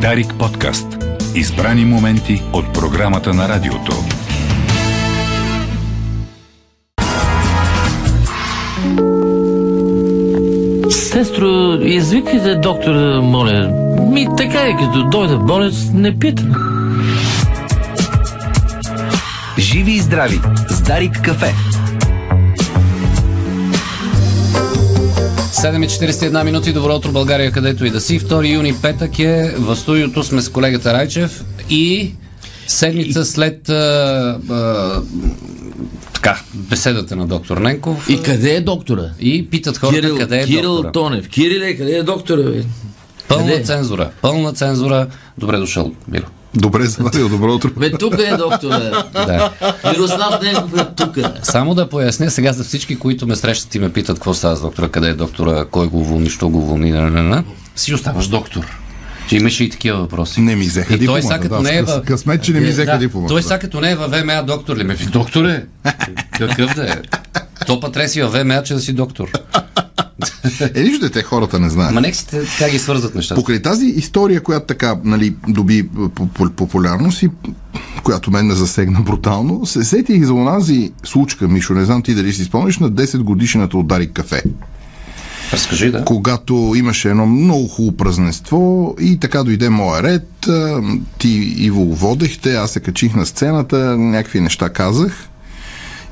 Дарик подкаст. Избрани моменти от програмата на радиото. Сестро, извикайте доктора, моля. Ми така е, като дойда болест, не питам. Живи и здрави с Дарик кафе. 7.41 минути, добро утро България, където и да си. 2 юни, петък е, в студиото сме с колегата Райчев и седмица след а, а, така, беседата на доктор Ненков И къде е доктора? и питат хората Кирил, къде е Кирил доктора. Тонев. Кириле, къде е доктора, бе? Пълна къде е? цензура, пълна цензура. Добре дошъл, Миро. Добре, Завадил, добро утро. Бе, тук е доктора. Да. Мирослав Ненков е тук. Само да поясня сега за всички, които ме срещат и ме питат какво става с доктора, къде е доктора, кой го уволни, що го уволни, на, на, на. Си оставаш доктор. Че имаше и такива въпроси. Не ми взеха И той дипломата. сега като да, не е къс- в- Късмет, че не ми взеха Да, дипломата. Той да. сега като не е във ВМА доктор ли ме? ви? Докторе, какъв да е? То път трябва да си във ВМА, че да си доктор. Е, нищо дете, хората не знаят. Ама нека си те- така ги свързват нещата. Покрай тази история, която така нали, доби попу- популярност и която мен ме засегна брутално, се сетих за онази случка, Мишо, не знам ти дали си спомниш, на 10 годишната от Дарик кафе. Разкажи, да. когато имаше едно много хубаво празненство и така дойде моя ред, а, ти Иво водехте, аз се качих на сцената, някакви неща казах.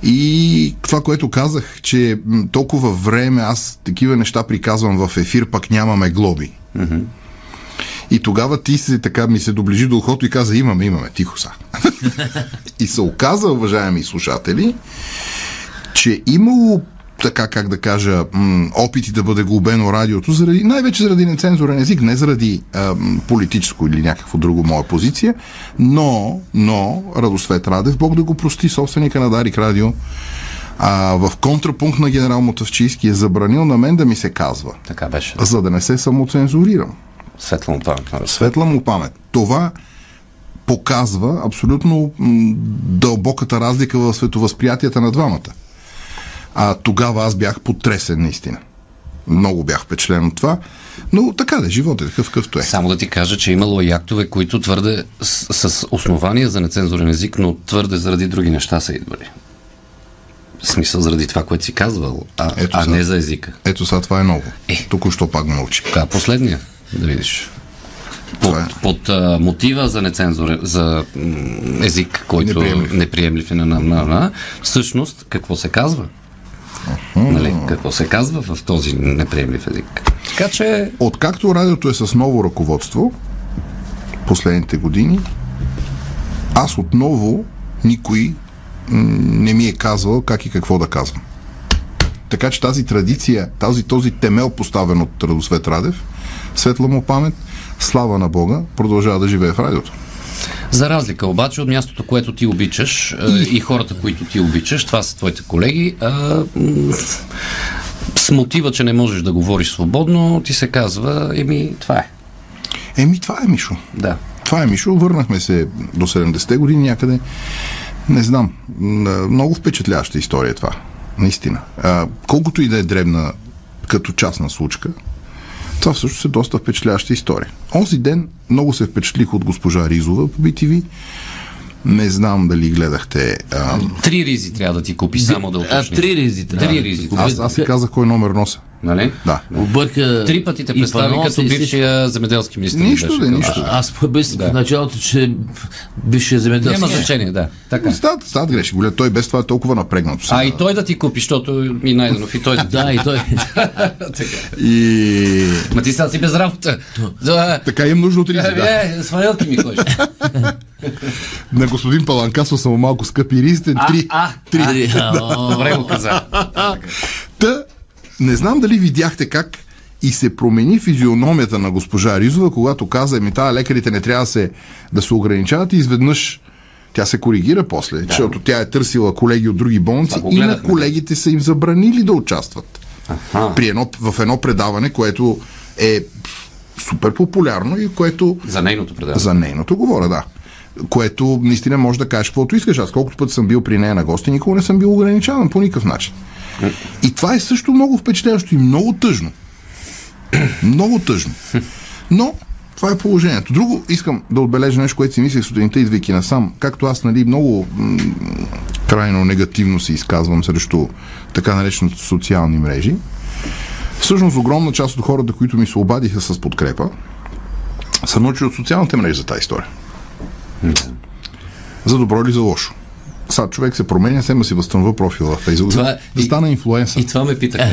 И това, което казах, че м, толкова време аз такива неща приказвам в ефир, пък нямаме глоби. И тогава ти се така ми се доближи до ухото и каза, имаме, имаме, тихо са. и се оказа, уважаеми слушатели, че е имало така, как да кажа, м, опити да бъде глобено радиото, заради, най-вече заради нецензурен език, не заради а, м, политическо или някакво друго моя позиция, но, но, Радосвет Радев, Бог да го прости, собственика на Дарик Радио, а, в контрапункт на генерал Мотавчийски е забранил на мен да ми се казва, Така беше. за да не се самоцензурирам. Светло на памет на раз. Светла му памет. Това показва абсолютно м, дълбоката разлика в световъзприятията на двамата. А тогава аз бях потресен наистина. Много бях впечатлен от това. Но така да, живот е такъв какъвто е. Само да ти кажа, че имало и актове, които твърде с, с основания за нецензурен език, но твърде заради други неща са идвали. В смисъл заради това, което си казвал, а, Ето а за- не за езика. Ето сега това е ново. Току-що пак ме научи. Така, е последния, да видиш. Под, Това е. под а, мотива за нецензура, за м, език, който Неприемлив. неприемлив е на, на, на, на, всъщност какво се казва? Нали, какво се казва в този неприемлив език? Така че, Откакто радиото е с ново ръководство, последните години, аз отново никой м, не ми е казвал как и какво да казвам. Така че тази традиция, тази, този темел поставен от Радосвет Радев, светла му памет, слава на Бога, продължава да живее в радиото. за разлика обаче от мястото, което ти обичаш а, и хората, които ти обичаш, това са твоите колеги, а, м, с мотива, че не можеш да говориш свободно, ти се казва, еми, това е. Еми, това е Мишо. Да. Това е Мишо. Върнахме се до 70-те години някъде. Не знам. М, Много впечатляваща история е това. Наистина. А, колкото и да е дребна като частна случка, това всъщност е доста впечатляваща история. Онзи ден много се впечатлих от госпожа Ризова по BTV. Не знам дали гледахте. А, Три ризи трябва да ти купи, само да А, уточним. три ризи трябва. Три да ризи. купи. аз, аз си казах кой номер носа. Нали? Да. Обърка... Три пъти те и представи паноса, като и всичко. бившия земеделски министр. Нищо да, да нищо да. Аз мислих в началото, че бившия земеделски. Няма значение, да. Така. е. Стат, стат греши. Голе, той без това е толкова напрегнато. сега. А и той да ти купи, защото и Найденов и той да ти Да, и той. И... Ма ти сега си без работа. Да. Така им нужда от Риза. Да. Е, свалилки ми ходиш. На господин Паланкасо са му малко скъпи ризите. Три. А, Три. Ао. добре го каза. Та, не знам дали видяхте как и се промени физиономията на госпожа Ризова, когато каза, еми тая лекарите не трябва да се, да се ограничават и изведнъж тя се коригира после, да. защото тя е търсила колеги от други болници Това го и на гледахме. колегите са им забранили да участват. При едно, в едно предаване, което е супер популярно и което За нейното предаване. за нейното говоря, да. Което наистина може да кажеш каквото искаш. Аз колкото път съм бил при нея на гости, никога не съм бил ограничаван по никакъв начин. И това е също много впечатляващо и много тъжно. Много тъжно. Но Това е положението. Друго искам да отбележа нещо, което си мислех сутринта, идвайки насам. Както аз, нали, много м- крайно негативно се изказвам срещу така наречените социални мрежи. Всъщност, огромна част от хората, които ми се обадиха с подкрепа, са научили от социалните мрежи за тази история. За добро или за лошо. Сега човек се променя, сема си възстановя профила в Facebook, Това да, е- да и- стана инфлуенсър. И това ме питаха.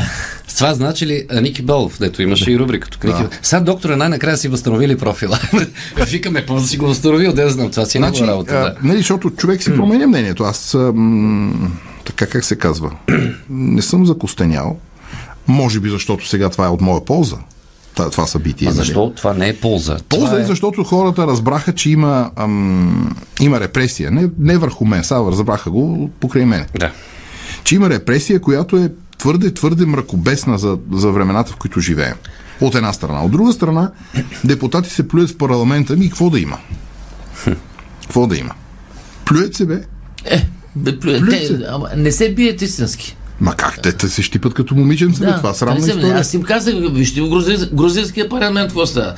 С това значи ли а, Ники Болов, дето имаше и рубрика тук. Ники... Сега доктора най-накрая си възстановили профила. Викаме, какво си го възстановил, да знам, това си е негова работа. Да. а, нали, защото човек си променя мнението. Аз, а, м- така как се казва, не съм закостенял. Може би защото сега това е от моя полза. Та- Това събитие. А нали. защо това не е полза? Полза това е, защото хората разбраха, че има, ам, има репресия. Не, не върху мен, сега разбраха го покрай мене. Да. Че има репресия, която е твърде, твърде мракобесна за, за времената, в които живеем. От една страна. От друга страна, депутати се плюят в парламента. Ми, какво да има? Какво да има? Плюят се, бе. Е, бе, плюе. Плюе Те, се. ама не се бият истински. Ма как те, те се щипат като момиченца, бе? Това е не срамна Нали се- история. Аз им казах, вижте, в грузинс- грузинския парламент какво става?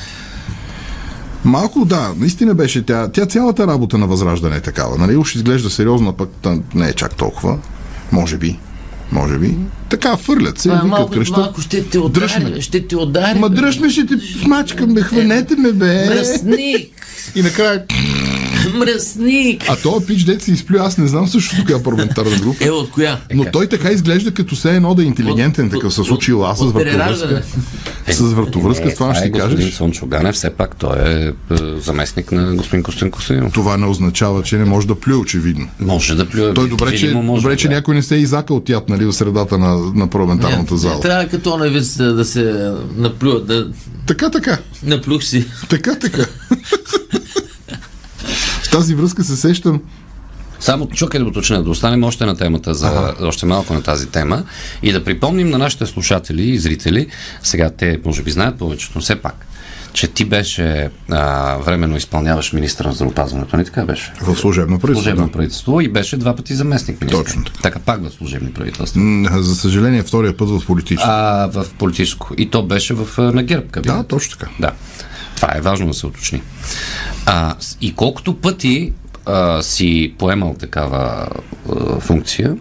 Малко, да, наистина беше тя. Тя цялата работа на Възраждане е такава. Нали? Уж изглежда сериозна, пък та, не е чак толкова. Може би. Може би. Така, фърлят се, Това е викат малко, кръща. малко ще те Дръж удари, ме. бе, ще те удари. Ма бе. дръж ме, ще те смачкам, бе, хванете ме, бе. Мръсник, И накрая, мръсник. а то пич дет се изплю, аз не знам също коя парламентарна група. Е, от коя? Но той така изглежда като се едно да е интелигентен, такъв с очила, аз с От въртовръзка. прераждане. С въртовръзка, с това е ще ти господин кажеш. Сончо Ганев, все пак той е, е заместник на господин Костин Костинов. Това не означава, че не може да плюе, очевидно. Може да плюе. Той добре, че, видимо може, добре, че да. някой не се е изакал от ят, нали, в средата на, на парламентарната Не, зала. Е, Трябва като на вид да, да се наплюят, да Така, така. наплюх си. Така, така. В тази връзка се сещам. Само чукай да уточня, да останем още на темата, за, още малко на тази тема и да припомним на нашите слушатели и зрители, сега те може би знаят повечето, но все пак, че ти беше а, временно изпълняваш министър на здравеопазването, не така беше? В служебно правителство. Служебно правителство и беше два пъти заместник министър. Точно така. Така пак в служебни правителства. М, За съжаление, втория път в политическо. А в политическо. И то беше в а, на ГЕРБ кабинет. Да, точно така. Да. Това е важно да се уточни. А, с- и колкото пъти а, си поемал такава а, функция,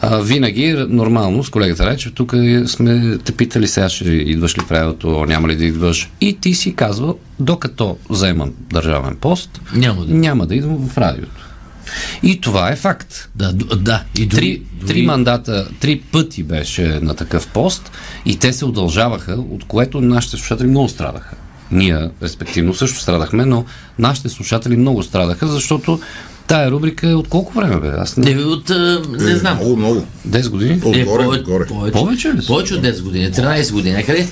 а, винаги р- нормално с колегата Райчев, тук е- сме те питали сега ще идваш ли в правилото, няма ли да идваш. И ти си казвал, докато заемам държавен пост, Няма да. няма да идвам в радиото. И това е факт. Да, д- да. И дори, Три, дори- три мандата, три пъти беше на такъв пост и те се удължаваха, от което нашите слушатели много страдаха. Ние, респективно, също страдахме, но нашите слушатели много страдаха, защото тая рубрика е от колко време бе? Аз Не, не... бе, от... а, Не Е, знам. Много, много. 10 години? Е, Отгоре, пове- отгоре. повече, Повече ли са? Повече от 10 години, 13 години някъде.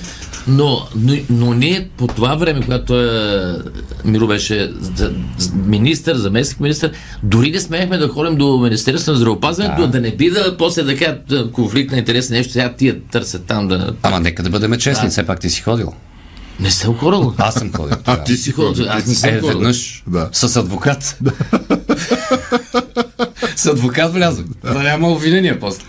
Но, но, но ние по това време, когато е, Миро беше за- за- министър, заместник министър, дори не смеехме да ходим до Министерството на здравеопазването, да, да не би да после да кажат е, конфликт на интерес, нещо, сега тия търсят там да... Ама нека да бъдем честни, все пак ти си ходил. Не съм хорал. Аз съм ходил. тогава. ти си ходил, аз не съм Е, ходил. веднъж. Да. С адвокат. С адвокат влязох. Да няма обвинения после.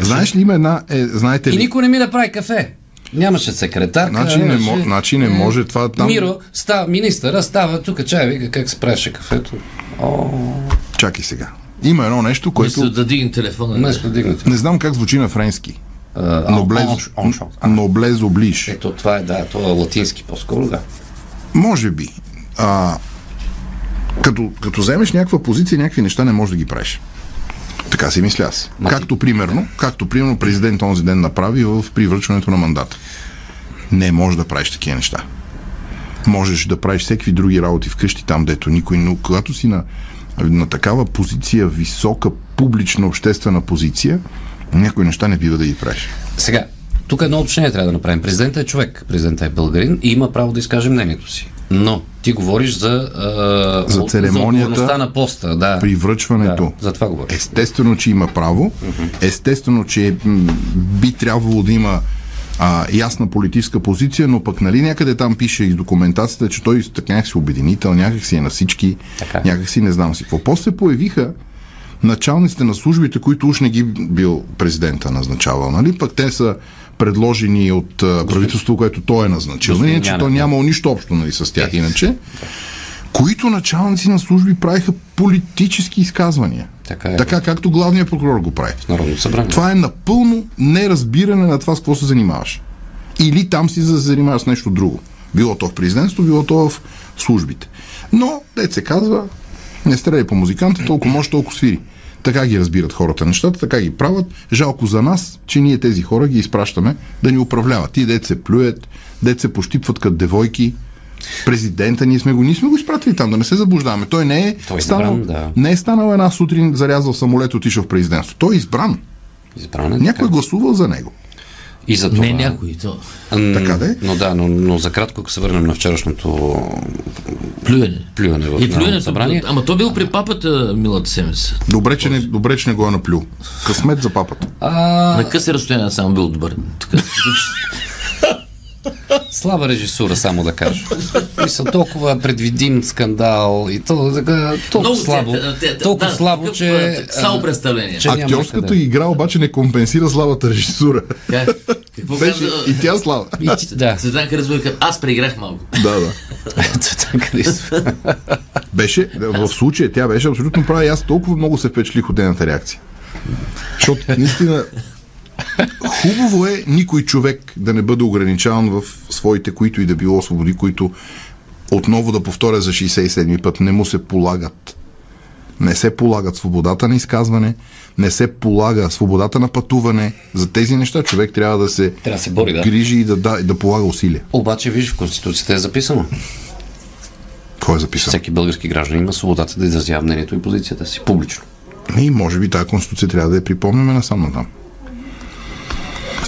Знаеш ли, има една. Е, знаете И ли? никой не ми направи кафе. Нямаше секретар. Значи не, мо, значи не може това там. Е, Миро, става, министъра става тук чай, вика как се праше кафето. Чакай сега. Има едно нещо, Мисля което да дигне телефона. Вместо да дигнете. не знам как звучи на френски. Ноблез, он- оншот. А. ноблез оближ. Ето това е, да, то е латински по-скоро, да. Може би. А, като, като вземеш някаква позиция, някакви неща не можеш да ги правиш. Така си мисля аз. Както примерно, както примерно президент онзи ден направи в привръчването на мандата. Не можеш да правиш такива неща. Можеш да правиш всеки други работи вкъщи, там дето никой, но когато си на, на такава позиция, висока, публична, обществена позиция, някои неща не бива да ги правиш. Сега, тук едно уточнение трябва да направим. Президентът е човек, президентът е българин и има право да изкаже мнението си. Но ти говориш за, а, За от- церемонията отговорността на поста, да. При връчването. да, за това говоря. Естествено, че има право. Естествено, че м, би трябвало да има а, ясна политическа позиция, но пък нали някъде там пише и с документацията, че той така някакси обединител, някакси е на всички, Така. някакси не знам си какво. После появиха началниците на службите, които уж не ги бил президента назначавал, нали? Пък те са предложени от а, правителство, което той е назначил. Господин Нали, Иначе Янев, то да. Е, нямало нищо общо нали, с тях иначе. Които началници на служби правиха политически изказвания. Така е. така както главният прокурор го прави. Народно събрание. Това е напълно неразбиране на това с какво се занимаваш. Или там си за да се занимаваш с нещо друго. Било то в президентство, било то в службите. Но, дет се казва, не стреляй по музиканта, толкова може, толкова свири. Така ги разбират хората нещата, така ги правят. Жалко за нас, че ние тези хора ги изпращаме да ни управляват. И дет се плюят, дет се пощипват като девойки. Президента ние сме го, ние сме го изпратили там, да не се заблуждаваме. Той не е, Той е станал, избран, да. не е станал една сутрин, зарязал самолет, отишъл в президентство. Той е избран. Избран е Някой е така. гласувал за него. И за това... Не някой, то М, Така да е. Но да, но, но за кратко, ако се върнем на вчерашното плюене. плюване в И Народното плюенето, събрание. ама то бил при папата, милата семеца. Добре, че не, добре, че не го е наплюл. Късмет за папата. А, На къси разстояние само бил добър. Така, слаба режисура, само да кажа. Мисля, толкова предвидим скандал и то, така, толкова слабо, те- те- те- толкова да, слабо, такъв, че... а, Само представление. че- няма Актьорската къде. игра обаче не компенсира слабата режисура. Как? Какво Беше казва? и тя слава. а, и ти- Да, Цветан Каразвой казва, аз преиграх малко. Да, да. Цветан Карисов. Беше, в случая тя беше абсолютно права и аз толкова много се впечатлих от нейната реакция. Защото наистина хубаво е никой човек да не бъде ограничаван в своите, които и да било свободи, които отново да повторя за 67-ми път, не му се полагат. Не се полагат свободата на изказване, не се полага свободата на пътуване. За тези неща човек трябва да се Трябва да се бори, да. грижи и да, да, и да полага усилия. Обаче, виж, в Конституцията е записано. Кой е записал? Всеки български гражданин има свободата да изразява мнението и позицията си публично. И може би тази конституция трябва да я припомняме насам натам.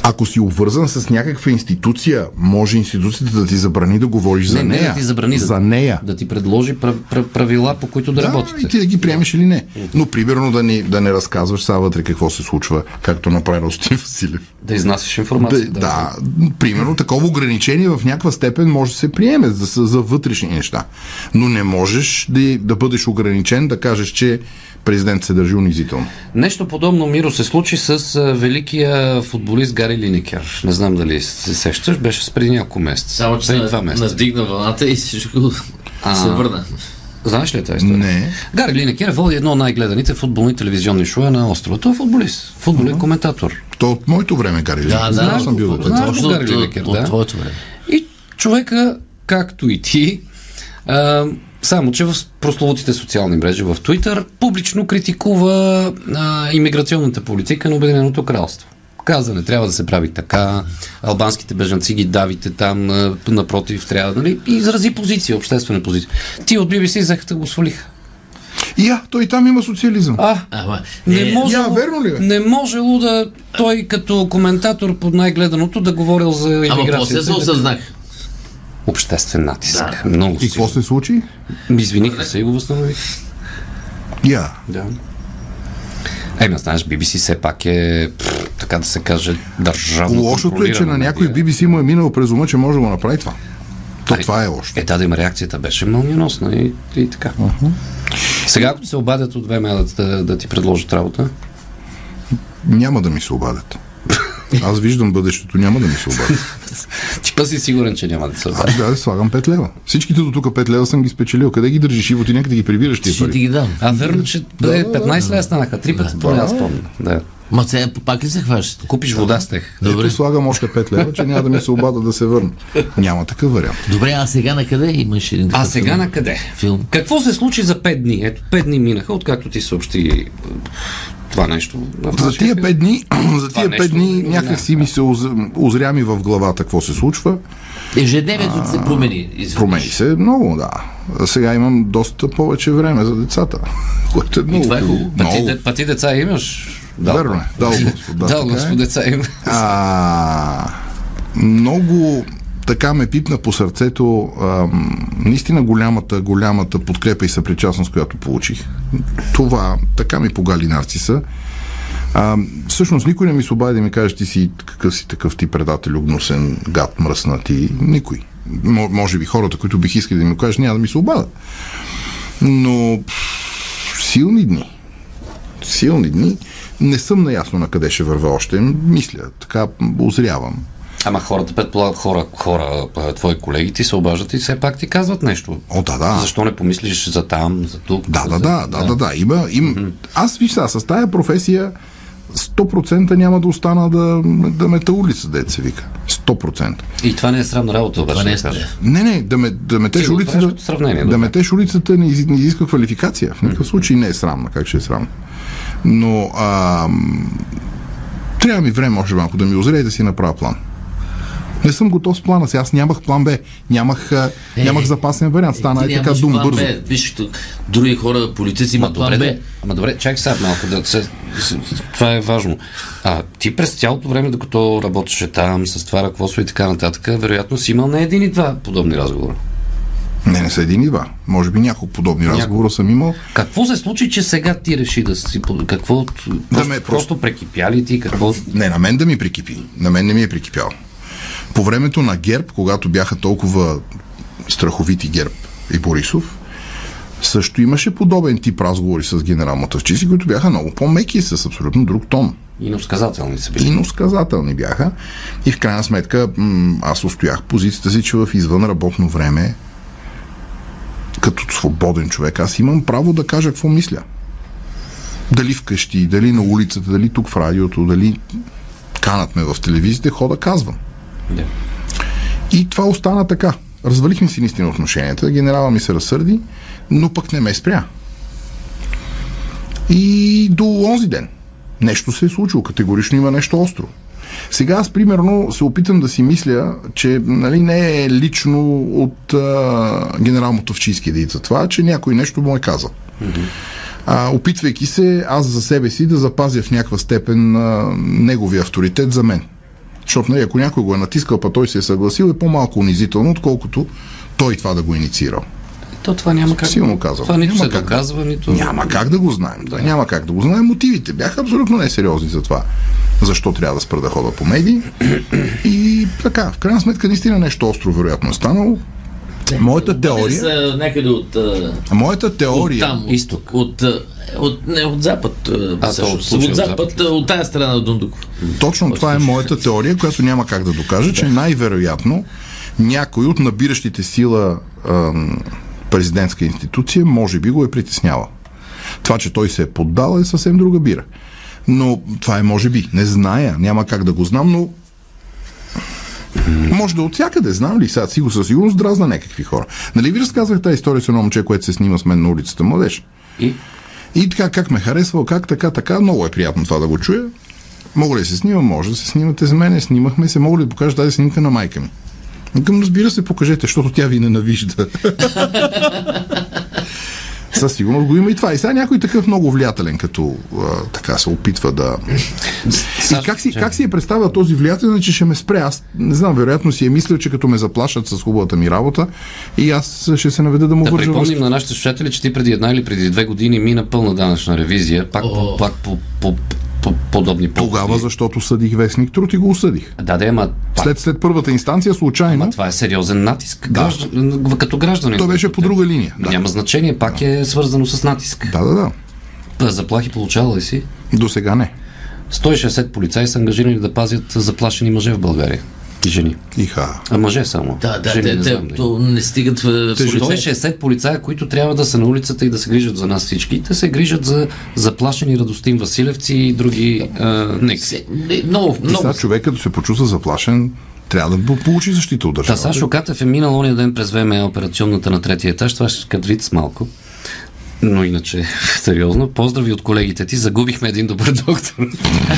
Ако си обвързан с някаква институция, може институцията да ти забрани да говориш за не, нея. не да ти забрани за да, нея. Да ти предложи прав, прав, правила, по които да, Да, работите. и ти да ги приемеш или не. Но примерно да, ни, да не разказваш сега вътре какво се случва, както направи Ростин Василев. Да изнасяш Да, информация. да, примерно такова ограничение в някаква степен може да се приеме за, за- за вътрешни неща. Но не можеш да, да бъдеш ограничен да кажеш, че президент се държи унизително. Нещо подобно, Миро, се случи с а, великия футболист Гари Линекер. Не знам дали се сещаш, беше с преди няколко месеца. Само, че преди на- два месеца. надигна вълната и всичко се върна. Знаеш ли тази история? Не. Гари Линекер води едно от най-гледаните футболни телевизионни шоу на острова. Той е футболист, футболен коментатор. То от моето време, Гари. Да, Линков. да. Аз съм бил до Знаеш Точно го, от- Гарли Лекер, да. От твоето време. И човека, както и ти, а, само че в прословутите социални мрежи в Twitter публично критикува а, иммиграционната политика на Обединеното кралство. Каза, не трябва да се прави така, албанските бежанци ги давите там, а, напротив, трябва, нали? И изрази позиция, обществена позиция. Ти от BBC взеха да го свалиха. Я, той и там има социализъм. А, Ама, не е, можело, я, верно ли бе? Не можело да той като коментатор под най-гледаното да говорил за Ама иммиграцията. после се осъзнах. Обществен натиск. Много И какво силен. се случи? Извиниха се и го възстанових. Я. Да. Ема, знаеш, BBC все пак е, пф, така да се каже, държавно нали? Лошото е, че на контролирана някой медия. BBC му е минал през ума, че може да го направи това. То Ами, това е лошо. Е, да, да има реакцията беше мълниеносна и, и така. Сега, ако се обадят от ВМА да, да, да ти предложат работа, Няма да ми се обадят. Аз виждам бъдещето, няма да ми се обадят. ти па си сигурен, че няма да се обадят. Аз да слагам 5 лева. Всичките до тук 5 лева съм ги спечелил. Къде ги държиш, Иво? Ти някъде ги прибираш тия Ще ти пари. ги дам. А верно, че бе, 15 лева станаха, три пъти поне аз помня. Да. Ма сега пак ли се хващате? Купиш вода с тех. Добре. Ето слагам още 5 лева, че няма да ми се обадят да се върна. Няма такъв вариант. Добре, а сега на къде имаш един А такъв сега филм? на къде? Филм. Какво се случи за 5 дни? Ето, 5 дни минаха, откакто ти съобщи е, това нещо. на За нашия тия филм. пет дни, за тия нещо пет дни не някак си ми се уз- узря ми в главата какво се случва. Ежедневието ти се промени. изведнъж. Промени се много, да. Сега имам доста повече време за децата, което е много. това е хубаво. Па ти, Много. де- па ти деца имаш? Верно е. Дал Господ. Да, Да, така е. господи, деца има. А, много така ме пипна по сърцето ам, наистина голямата, голямата подкрепа и съпричастност, която получих. Това така ми погали нарциса. Ам, всъщност никой не ми се обади да ми каже, ти си какъв си такъв ти предател, гнусен, гад, мръсна ти. Никой. Мо- може би хората, които бих искали да ми го кажат, няма да ми се обадят. Но пф, силни дни. силни дни. Не съм наясно на къде ще върва още. Мисля, така озрявам. Ама хората, предполагат хора, хора, а, твои колеги ти се обаждат и все пак ти казват нещо. О, да, да. Защо не помислиш за там, за тук? Да, да, за... да, да, да, да. Има, им... Аз виж сега, с тая професия 100% няма да остана да, да ме та улица, дете се вика. 100%. И това не е срамна работа, обаче. Това не е да кажа. страшно. Не, не, да, ме, да метеш Ти го правиш улицата. е като сравнение, Да добре. метеш улицата не, из- не изисква квалификация. В никакъв случай не е срамна. Как ще е срамна? Но а, трябва ми време още малко да ми озрее и да си направя план. Не съм готов с плана си. Аз нямах план Б. Нямах, а, Е, нямах запасен вариант. Стана е, ти така нямаш дум план бързо. Б. Виж, тук други хора, политици Ма имат добре, план Б. да, ама добре, чакай сега малко да се, с- с- Това е важно. А, ти през цялото време, докато работеше там, с това ръководство и така нататък, вероятно си имал не един и два подобни разговора. Не, не са един и два. Може би няколко подобни разговора съм имал. Какво се случи, че сега ти реши да си... под- Какво... просто, ме е просто... просто. просто прекипя ли ти? Какво... Не, на мен да ми прикипи. На мен не ми е прикипял. По времето на ГЕРБ, когато бяха толкова страховити ГЕРБ и Борисов, също имаше подобен тип разговори с генерал Мотавчиси, които бяха много по-меки, с абсолютно друг тон. И неосказателни са били. И носказателни бяха. И в крайна сметка м, аз устоях позицията си, че в извън работно време, като свободен човек, аз имам право да кажа какво мисля. Дали вкъщи, дали на улицата, дали тук в радиото, дали канат ме в телевизията, хода казвам. Да. И това остана така. Развалихме си наистина отношенията. Генерала ми се разсърди, но пък не ме спря. И до онзи ден нещо се е случило. Категорично има нещо остро. Сега аз примерно се опитам да си мисля, че нали, не е лично от а, генерал Мотовчийски да идва това, че някой нещо му е казал. А, опитвайки се аз за себе си да запазя в някаква степен а, неговия авторитет за мен. Защото нали, ако някой го е натискал, па той се е съгласил, е по-малко унизително, отколкото той това да го е инициирал. То това няма как... Силно казвам. Това нито Няма се как да- доказва, нито... Няма как да го знаем. Да. Няма как да го знаем. Мотивите бяха абсолютно несериозни за това. Защо трябва да спра да хода по медии? И така, в крайна сметка, наистина нещо остро вероятно е станало. Моята Те теория, са някъде от... а, моята От теория, там, от, Изток. От, а, от, не, от запад. а, А, всъщност. то от случая от от запад, запад. а, от тази страна на Дундуков. точно това е моята теория, която няма как да докажа, че най-вероятно някой от набиращите сила ам, президентска институция може би го е притеснява. Това, че той се е поддал е съвсем друга бира. Но това е може би. Не зная, няма как да го знам, но Може да е от всякъде, знам ли? Сега си го със сигурност дразна някакви хора. Нали ви разказвах тази история с едно момче, което се снима с мен на улицата, младеж? И? И така, как ме харесвал, как така, така, много е приятно това да го чуя. Мога ли да се снима? Може да се снимате с мене, е, снимахме се, мога ли да покажа тази снимка на майка ми? Към разбира се, покажете, защото тя ви ненавижда. Със сигурност го има и това. И сега някой такъв много влиятелен, като а, така се опитва да, и как си, как си е представил този влиятел, че ще ме спре? Аз не знам, вероятно си е мислил, че като ме заплашат с хубавата ми работа и аз ще се наведа да му Да вържа припомним връзка. на нашите слушатели, че ти преди една или преди две години мина пълна данъчна ревизия, пак, по, пак по, по, по, подобни поводи. Тогава, защото съдих вестник труд и го осъдих. Да, да, ама пак, След, след първата инстанция, случайно, това е сериозен натиск. Граждан, като гражданин. той беше по друга линия. Да. Да, Няма значение, пак е свързано с натиск. да, да. да. Да. Заплахи получава ли си? До сега не. 160 полицаи са ангажирани да пазят заплашени мъже в България. И жени. Иха. А мъже само. Да, да, жени, те, не знам нали. те, дали. то не стигат в... в полицай. 160 полицая, които трябва да са на улицата и да се грижат за нас всички. Те се грижат за заплашени Радостин Василевци и други а, некси. Се- Е, не, Много, И много. сега човек, като се почувства заплашен, трябва да получи защита от Та държавата. Сашо Катев е минал ония ден през време операционната на третия етаж. Това ще кът вид с малко. Но иначе, сериозно, поздрави от колегите ти. Загубихме един добър доктор.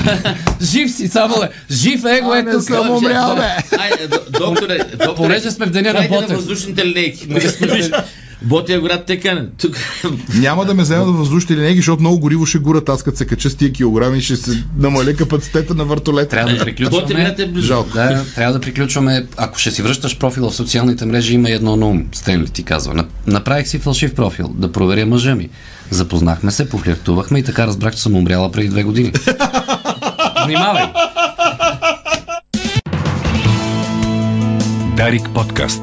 Жив си, само е. Жив е, го е не тук. съм умрял, бе. Айде, д- е, докторе, докторе, Понеже сме в деня на хайде Ботев. въздушните линейки. Ботия град те кане. Тук Няма да ме вземат във въздушните линейки, защото много гориво ще горят. Аз като се кача с тия килограми, ще се намаля капацитета на въртолета. Трябва да Ботия приключваме. град е близо. Жалко. Да, трябва да приключваме. Ако ще си връщаш профила в социалните мрежи, има едно на ум. Стенли ти казва. На- Направих си фалшив профил, да проверя мъжа ми. Запознахме се, пофлиртувахме и така разбрах, че съм умряла преди две години. Внимавай! Дарик подкаст.